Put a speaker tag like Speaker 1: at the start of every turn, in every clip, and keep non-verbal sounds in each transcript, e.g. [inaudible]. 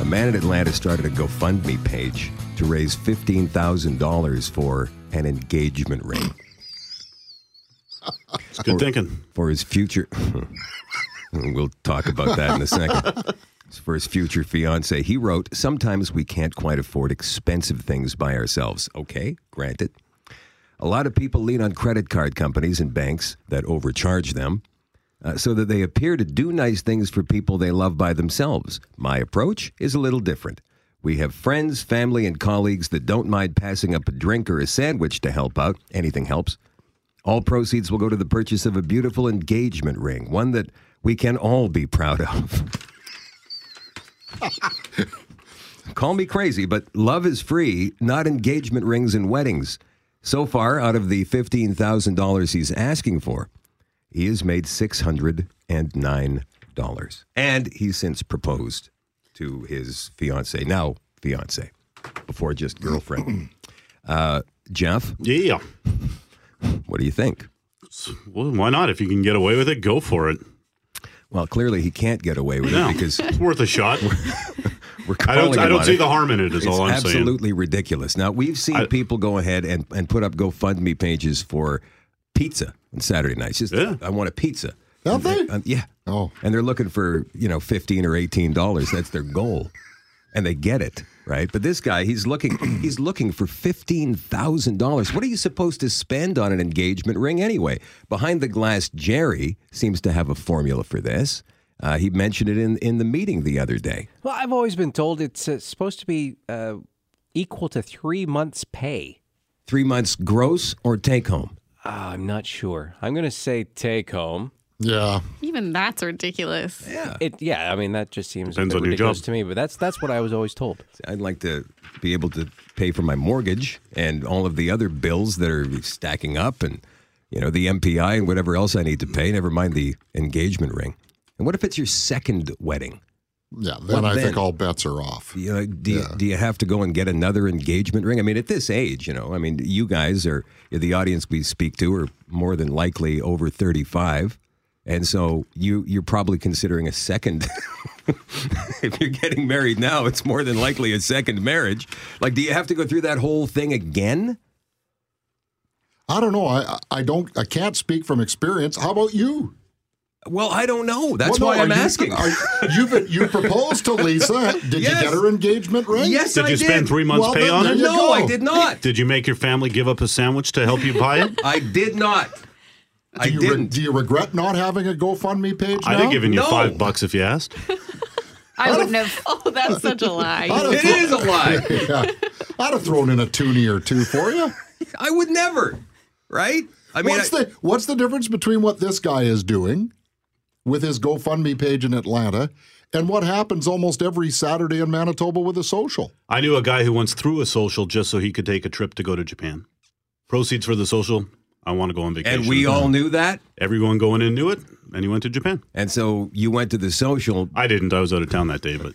Speaker 1: A man in Atlanta started a GoFundMe page to raise $15,000 for an engagement ring
Speaker 2: It's good thinking.
Speaker 1: for his future. [laughs] we'll talk about that in a second. For his future fiance, he wrote, Sometimes we can't quite afford expensive things by ourselves. Okay, granted. A lot of people lean on credit card companies and banks that overcharge them uh, so that they appear to do nice things for people they love by themselves. My approach is a little different. We have friends, family, and colleagues that don't mind passing up a drink or a sandwich to help out. Anything helps. All proceeds will go to the purchase of a beautiful engagement ring, one that we can all be proud of. [laughs] Call me crazy, but love is free, not engagement rings and weddings. So far, out of the $15,000 he's asking for, he has made $609. And he's since proposed to his fiance, now fiance, before just
Speaker 2: [clears throat]
Speaker 1: girlfriend. Uh, Jeff,
Speaker 2: Yeah.
Speaker 1: what do you think?
Speaker 2: Well, why not? If you can get away with it, go for it.
Speaker 1: Well, clearly he can't get away with
Speaker 2: No,
Speaker 1: it because
Speaker 2: it's worth
Speaker 1: [laughs]
Speaker 2: a shot.
Speaker 1: we're
Speaker 2: I
Speaker 1: calling
Speaker 2: don't. I
Speaker 1: him
Speaker 2: don't
Speaker 1: on
Speaker 2: see
Speaker 1: it.
Speaker 2: the harm in it. Is
Speaker 1: it's
Speaker 2: all I'm saying.
Speaker 1: absolutely ridiculous. Now we've seen
Speaker 2: I-
Speaker 1: people go ahead and, and put up GoFundMe pages for pizza on Saturday nights. Just
Speaker 2: Yeah.
Speaker 1: I want a pizza.
Speaker 3: Don't
Speaker 1: And
Speaker 3: they?
Speaker 1: um, yeah.
Speaker 3: Oh.
Speaker 1: And they're looking for you know fifteen or eighteen dollars. That's their goal, and they get it right. But this guy, he's looking. [clears throat] he's looking for fifteen thousand dollars. What are you supposed to spend on an engagement ring anyway? Behind the glass, Jerry seems to have a formula for this. Uh, he mentioned it in in the meeting the other day.
Speaker 4: Well, I've always been told it's uh, supposed to be uh, equal to three months' pay.
Speaker 1: Three months gross or take home.
Speaker 4: Uh, I'm not sure. I'm going to say take home.
Speaker 3: Yeah.
Speaker 5: Even that's ridiculous.
Speaker 4: It, yeah, I mean that just seems
Speaker 2: Depends
Speaker 4: a
Speaker 2: on
Speaker 4: bit
Speaker 2: your
Speaker 4: ridiculous
Speaker 2: job.
Speaker 4: to me, but that's that's what I was always told.
Speaker 1: I'd like to be able to pay for my mortgage and all of the other bills that are stacking up and, you know, the MPI and whatever else I need to pay, never mind the engagement ring. And what if it's your second wedding?
Speaker 3: Yeah. Then
Speaker 1: What
Speaker 3: I
Speaker 1: then?
Speaker 3: think all bets are off.
Speaker 1: You know, uh, do, you, do you have to go and get another engagement ring? I mean, at this age, you know, I mean, you guys are the audience we speak to are more than likely over 35. And so you you're probably considering a second. [laughs] if you're getting married now, it's more than likely a second marriage. Like, do you have to go through that whole thing again?
Speaker 3: I don't know. I I don't. I can't speak from experience. How about you?
Speaker 1: Well, I don't know. That's
Speaker 3: Well,
Speaker 1: why
Speaker 3: no,
Speaker 1: I'm
Speaker 3: are you-
Speaker 1: asking.
Speaker 3: are You, have you proposed to Lisa. Did
Speaker 1: Yes.
Speaker 3: you get her engagement ring?
Speaker 1: yes,
Speaker 2: Did
Speaker 1: I
Speaker 2: you spend three months'
Speaker 3: Well,
Speaker 2: pay
Speaker 3: then
Speaker 2: on
Speaker 3: there
Speaker 2: it?
Speaker 3: you
Speaker 1: No,
Speaker 3: go.
Speaker 1: I did not.
Speaker 2: Did you make your family give up a sandwich to help you buy it?
Speaker 1: I did not. I
Speaker 3: [laughs] Do you, re-
Speaker 1: didn't.
Speaker 3: do you regret not having a GoFundMe page?
Speaker 2: I'd
Speaker 3: now?
Speaker 2: have given you
Speaker 1: No.
Speaker 2: five bucks if you asked.
Speaker 5: I
Speaker 1: [laughs]
Speaker 5: wouldn't have. Oh, that's such a lie.
Speaker 3: I'd
Speaker 1: it
Speaker 3: have,
Speaker 1: is a lie.
Speaker 3: [laughs] yeah. I'd have thrown in a toonie or two for you.
Speaker 1: I would never. Right? I mean,
Speaker 3: what's
Speaker 1: I-
Speaker 3: the what's the difference between what this guy is doing with his GoFundMe page in Atlanta and what happens almost every Saturday in Manitoba with a social?
Speaker 2: I knew a guy who once threw a social just so he could take a trip to go to Japan. Proceeds for the social. I want to go on vacation.
Speaker 1: and we all knew that.
Speaker 2: everyone going in knew it, and he went to Japan.
Speaker 1: And so you went to the social.
Speaker 2: I didn't. I was out of town that day, but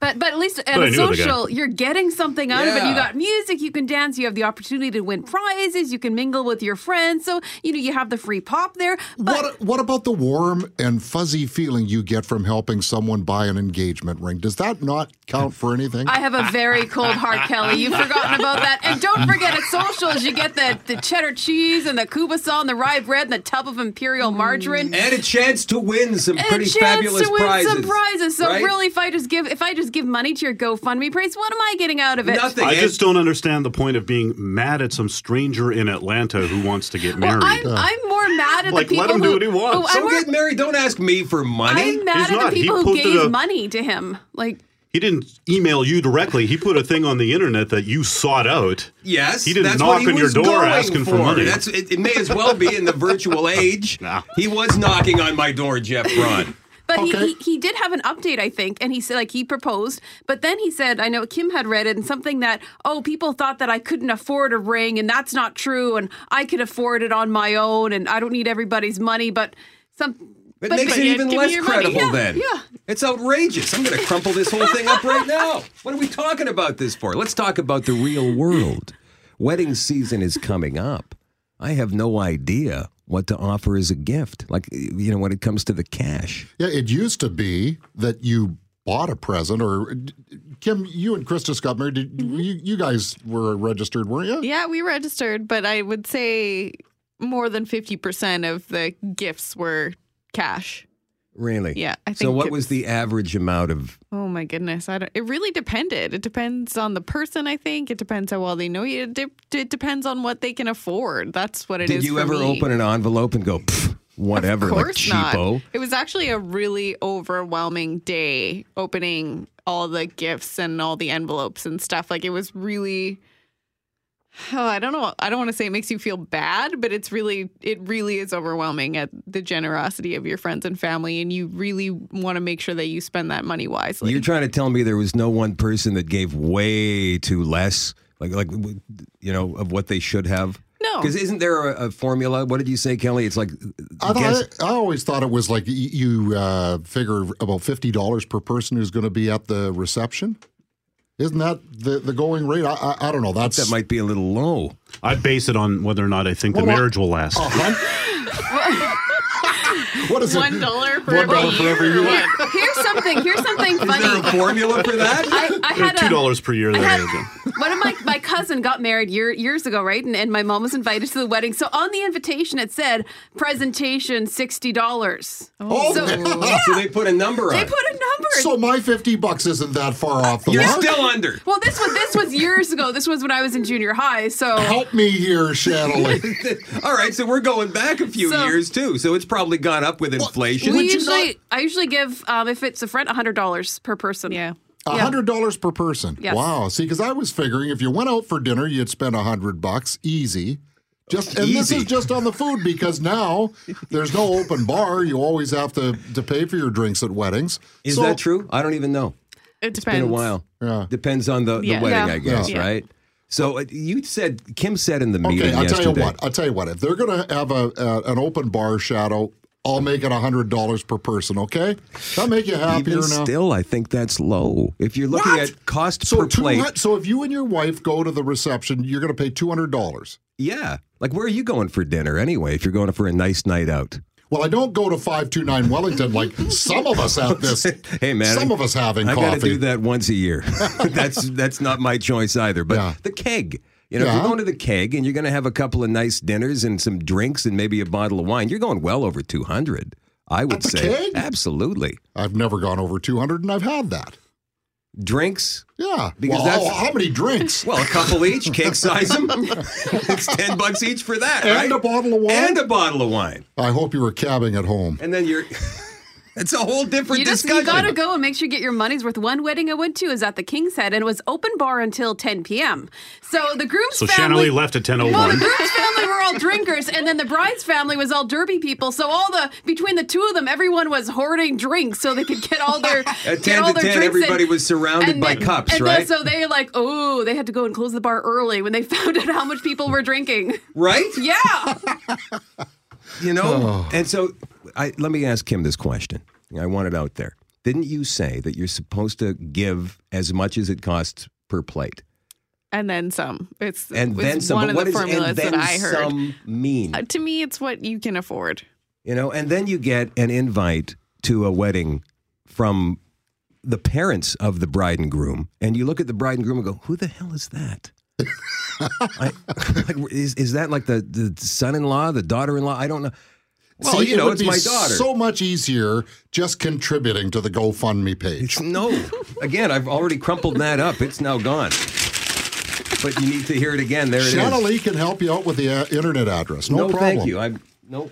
Speaker 5: But but at least at
Speaker 2: But I
Speaker 5: a
Speaker 2: knew the guy.
Speaker 5: social, you're getting something out of it.
Speaker 1: Yeah.
Speaker 5: You got music, you can dance, you have the opportunity to win prizes, you can mingle with your friends. So you know you have the free pop there. But
Speaker 3: What what about the warm and fuzzy feeling you get from helping someone buy an engagement ring? Does that not count for anything?
Speaker 5: I have a very cold heart, Kelly. You've forgotten about that. And don't forget at socials, you get the, the cheddar cheese and the kubasal and the rye bread and the tub of imperial margarine.
Speaker 1: And a chance to win some
Speaker 5: And
Speaker 1: Mm. pretty
Speaker 5: a chance
Speaker 1: fabulous
Speaker 5: to win
Speaker 1: prizes.
Speaker 5: some prizes. So
Speaker 1: right?
Speaker 5: really, if I just give if I just give money to your GoFundMe praise, what am I getting out of it?
Speaker 1: nothing.
Speaker 2: I
Speaker 1: And-
Speaker 2: just don't understand the point of being mad at some stranger in Atlanta who wants to get
Speaker 5: Well,
Speaker 2: married.
Speaker 5: I'm, I'm more mad at
Speaker 2: Like,
Speaker 5: the people
Speaker 2: let him
Speaker 5: who,
Speaker 2: do what he wants.
Speaker 5: who- I'm,
Speaker 1: Don't
Speaker 5: more,
Speaker 1: get married. Don't ask me for money.
Speaker 5: I'm mad
Speaker 2: He's
Speaker 5: at
Speaker 2: not.
Speaker 5: the
Speaker 2: He
Speaker 5: people who
Speaker 2: posted
Speaker 5: gave
Speaker 2: a-
Speaker 5: money to him. Like
Speaker 2: he didn't email you directly. He put a thing on the internet that you sought out.
Speaker 1: Yes,
Speaker 2: He didn't
Speaker 1: that's
Speaker 2: knock
Speaker 1: what he
Speaker 2: on your
Speaker 1: was
Speaker 2: door
Speaker 1: going
Speaker 2: asking for, money.
Speaker 1: That's it, it. May as well be in the
Speaker 2: [laughs]
Speaker 1: virtual age.
Speaker 2: Nah.
Speaker 1: He was knocking on my door, Jeff Braun.
Speaker 5: But
Speaker 3: Okay.
Speaker 5: he, he he did have an update, I think, and he said like he proposed, but then he said, I know Kim had read it and something that oh people thought that I couldn't afford a ring and that's not true and I could afford it on my own and I don't need everybody's money, but some
Speaker 1: It
Speaker 5: but-
Speaker 1: makes
Speaker 5: but
Speaker 1: it
Speaker 5: yeah,
Speaker 1: even
Speaker 5: give me
Speaker 1: less
Speaker 5: your money.
Speaker 1: credible
Speaker 5: Yeah,
Speaker 1: then.
Speaker 5: Yeah.
Speaker 1: It's outrageous. I'm going to crumple this whole thing up right now. What are we talking about this for? Let's talk about the real world. Wedding season is coming up. I have no idea what to offer as a gift. Like, you know, when it comes to the cash.
Speaker 3: Yeah, it used to be that you bought a present or Kim, you and Krista got married. Did, you, you guys were registered, weren't you?
Speaker 6: Yeah, we registered, but I would say more than 50% of the gifts were cash.
Speaker 1: Really?
Speaker 6: Yeah, I
Speaker 1: so
Speaker 6: think
Speaker 1: what
Speaker 6: it
Speaker 1: was the average amount of
Speaker 6: Oh my goodness, I don't it really depended. It depends on the person, I think. It depends how well they know you. It, de- it depends on what they can afford. That's what it is.
Speaker 1: Did you
Speaker 6: for
Speaker 1: ever
Speaker 6: me.
Speaker 1: open an envelope and go "Pff, whatever
Speaker 6: Of course
Speaker 1: like cheapo?
Speaker 6: not. It was actually a really overwhelming day opening all the gifts and all the envelopes and stuff. Like it was really oh, I don't know. I don't want to say it makes you feel bad, but it's really it really is overwhelming at the generosity of your friends and family and you really want to make sure that you spend that money wisely.
Speaker 1: You're trying to tell me there was no one person that gave way too less, like like you know, of what they should have.
Speaker 6: No.
Speaker 1: because isn't there a, a formula? What did you say, Kelly? It's like
Speaker 3: I,
Speaker 1: guess-
Speaker 3: thought, I always thought it was like y- you uh, figure about fifty dollars per person who's going to be at the reception. Isn't that the, the going rate? I, I, I don't know. That's
Speaker 1: that might be a little low.
Speaker 2: I base it on whether or not I think the
Speaker 3: Well, well-
Speaker 2: marriage will last.
Speaker 3: a hun- what is
Speaker 6: One
Speaker 3: it?
Speaker 6: dollar for
Speaker 3: One dollar
Speaker 6: every
Speaker 3: for every
Speaker 6: year.
Speaker 3: year.
Speaker 6: What?
Speaker 5: Here's something. Here's something funny.
Speaker 1: formula for that?
Speaker 5: [laughs] I, I
Speaker 2: They're
Speaker 5: had
Speaker 2: two
Speaker 5: a,
Speaker 2: dollars per year.
Speaker 5: I
Speaker 2: There.
Speaker 5: had-
Speaker 2: you go.
Speaker 5: one of my, my cousin got married year, years ago, right? And, and my mom was invited to the wedding. So on the invitation, it said presentation sixty dollars.
Speaker 3: Oh,
Speaker 5: So-
Speaker 1: so they put a number on.
Speaker 5: They
Speaker 1: it.
Speaker 5: put a number.
Speaker 3: so my fifty bucks isn't that far off the
Speaker 1: You're
Speaker 3: mark.
Speaker 1: still under.
Speaker 5: well, this was this was years ago. This was when I was in junior high. So
Speaker 3: Help me here, Shanley.
Speaker 1: All right, so we're going back a few
Speaker 5: So-
Speaker 1: years too. So it's probably gone up with inflation.
Speaker 5: we
Speaker 3: Would you
Speaker 5: usually
Speaker 3: not-
Speaker 5: I usually give um, if it's a friend hundred dollars per person.
Speaker 6: Yeah.
Speaker 3: A hundred dollars per person.
Speaker 5: Yes.
Speaker 3: Wow. See, because I was figuring if you went out for dinner, you'd spend a hundred bucks easy. Just and this
Speaker 1: Easy.
Speaker 3: is just on the food because now there's no open bar. You always have to to pay for your drinks at weddings.
Speaker 1: Is
Speaker 3: So-
Speaker 1: that true? I don't even know.
Speaker 6: It depends.
Speaker 1: It's been a while.
Speaker 3: Yeah.
Speaker 1: Depends on the, the
Speaker 6: Yeah.
Speaker 1: wedding,
Speaker 5: Yeah.
Speaker 1: I guess,
Speaker 6: Yeah.
Speaker 1: right? So uh, you said Kim said in the meeting
Speaker 3: Okay, I'll
Speaker 1: yesterday.
Speaker 3: tell you what. I'll tell you what. If they're gonna have a, a an open bar shadow, I'll make it a hundred dollars per person. Okay, that'll make you happier
Speaker 1: Even
Speaker 3: now.
Speaker 1: still, I think that's low. If you're looking
Speaker 3: What?
Speaker 1: at cost
Speaker 3: so
Speaker 1: per
Speaker 3: two
Speaker 1: plate,
Speaker 3: hun- so if you and your wife go to the reception, you're gonna pay two hundred dollars.
Speaker 1: yeah. Like, where are you going for dinner anyway? If you're going for a nice night out,
Speaker 3: Well, I don't go to 529 Wellington like some of us have this.
Speaker 1: [laughs] hey man,
Speaker 3: Some of us having
Speaker 1: I've got to
Speaker 3: coffee.
Speaker 1: do that once a
Speaker 3: [laughs]
Speaker 1: year. [laughs] that's that's not my choice either. But
Speaker 3: Yeah.
Speaker 1: the keg. You know, if
Speaker 3: Yeah.
Speaker 1: you're going to the keg and you're going to have a couple of nice dinners and some drinks and maybe a bottle of wine, you're going well over two hundred. I would
Speaker 3: At the
Speaker 1: say
Speaker 3: keg?
Speaker 1: absolutely
Speaker 3: I've never gone over 200 and I've had that.
Speaker 1: drinks.
Speaker 3: Yeah.
Speaker 1: Because
Speaker 3: well, oh,
Speaker 1: that's-
Speaker 3: how, how many drinks?
Speaker 1: Well, a couple each, cake size them. [laughs] it's ten bucks each for that,
Speaker 3: And
Speaker 1: right?
Speaker 3: a bottle of wine?
Speaker 1: And a bottle of wine,
Speaker 3: I hope you were cabbing at home.
Speaker 1: and then you're. [laughs] It's a whole different
Speaker 5: You just
Speaker 1: discussion.
Speaker 5: you gotta go and make sure you get your money's worth. One wedding I went to is at the King's Head and it was open bar until 10 p.m. So the groom's
Speaker 2: So
Speaker 5: family
Speaker 2: Shanley left at ten oh
Speaker 5: Well, the
Speaker 2: one.
Speaker 5: groom's family were all drinkers, and then the bride's family was all derby people. So all the between the two of them, everyone was hoarding drinks so they could get all their
Speaker 1: At 10
Speaker 5: get all
Speaker 1: to
Speaker 5: their
Speaker 1: 10,
Speaker 5: drinks.
Speaker 1: everybody was surrounded by cups,
Speaker 5: and
Speaker 1: right?
Speaker 5: so they like, oh, they had to go and close the bar early when they [laughs] found out how much people were drinking.
Speaker 1: right?
Speaker 5: Yeah,
Speaker 1: You know, and so I, let me ask Kim this question. I want it out there. Didn't you say that you're supposed to give as much as it costs per plate,
Speaker 6: And then some. It's
Speaker 1: and
Speaker 6: it's
Speaker 1: then some?
Speaker 6: one
Speaker 1: but
Speaker 6: of
Speaker 1: what
Speaker 6: the
Speaker 1: does
Speaker 6: formulas
Speaker 1: and then
Speaker 6: that I heard.
Speaker 1: some mean?
Speaker 6: Uh, to me, it's what you can afford.
Speaker 1: You know, and then you get an invite to a wedding from the parents of the bride and groom, and you look at the bride and groom and go, "Who the hell is
Speaker 3: [laughs]
Speaker 1: that?" I, [laughs] like, is is that like the, the son-in-law, the daughter-in-law? I don't know. Well,
Speaker 3: See,
Speaker 1: you know,
Speaker 3: it would
Speaker 1: it's
Speaker 3: be
Speaker 1: my daughter.
Speaker 3: so much easier just contributing to the GoFundMe page.
Speaker 1: No. Again, I've already crumpled that up. It's now gone. But you need to hear it again. There it is.
Speaker 3: Shanna Lee can help you out with the uh, internet address. No,
Speaker 1: no,
Speaker 3: problem.
Speaker 1: thank you. I'm no.